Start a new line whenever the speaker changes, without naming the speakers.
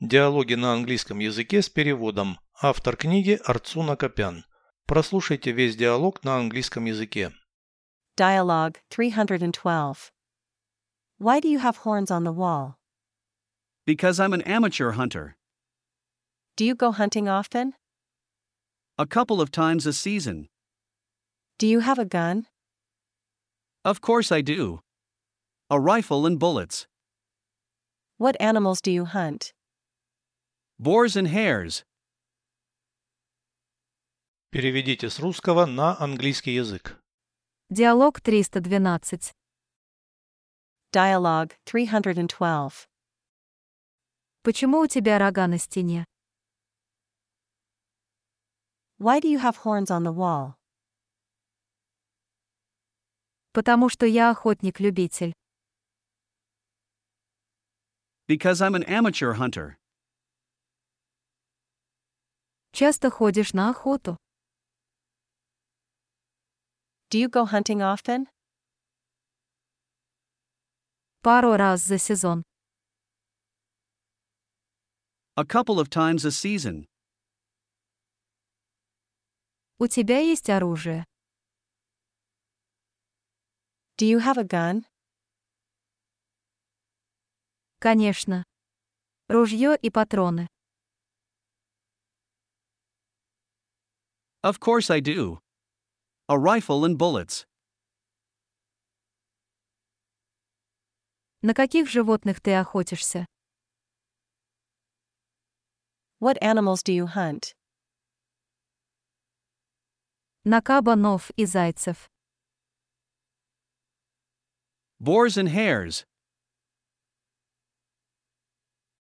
Диалоги на английском языке с переводом. Автор книги Арцуна Копян. Прослушайте весь диалог на английском языке.
Dialogue 312. Why do you have horns on the wall?
Because I'm an amateur hunter.
Do you go hunting often?
A couple of times a season.
Do you have a gun?
Of course I do. A rifle and bullets.
What animals do you hunt?
Boars and hares.
Переведите с русского на английский язык.
Диалог 312.
Dialogue 312.
Почему у тебя рога на стене?
Why do you have horns on the wall?
Потому что я охотник-любитель.
Because I'm an amateur hunter.
Часто ходишь на охоту.
Do you go hunting often?
Пару раз за сезон.
A couple of times a season.
У тебя есть оружие.
Do you have a gun?
Конечно. Ружье и патроны.
Of course I do. A rifle and bullets.
На каких животных ты охотишься?
What animals do you hunt?
На кабанов и зайцев.
Boars and hares.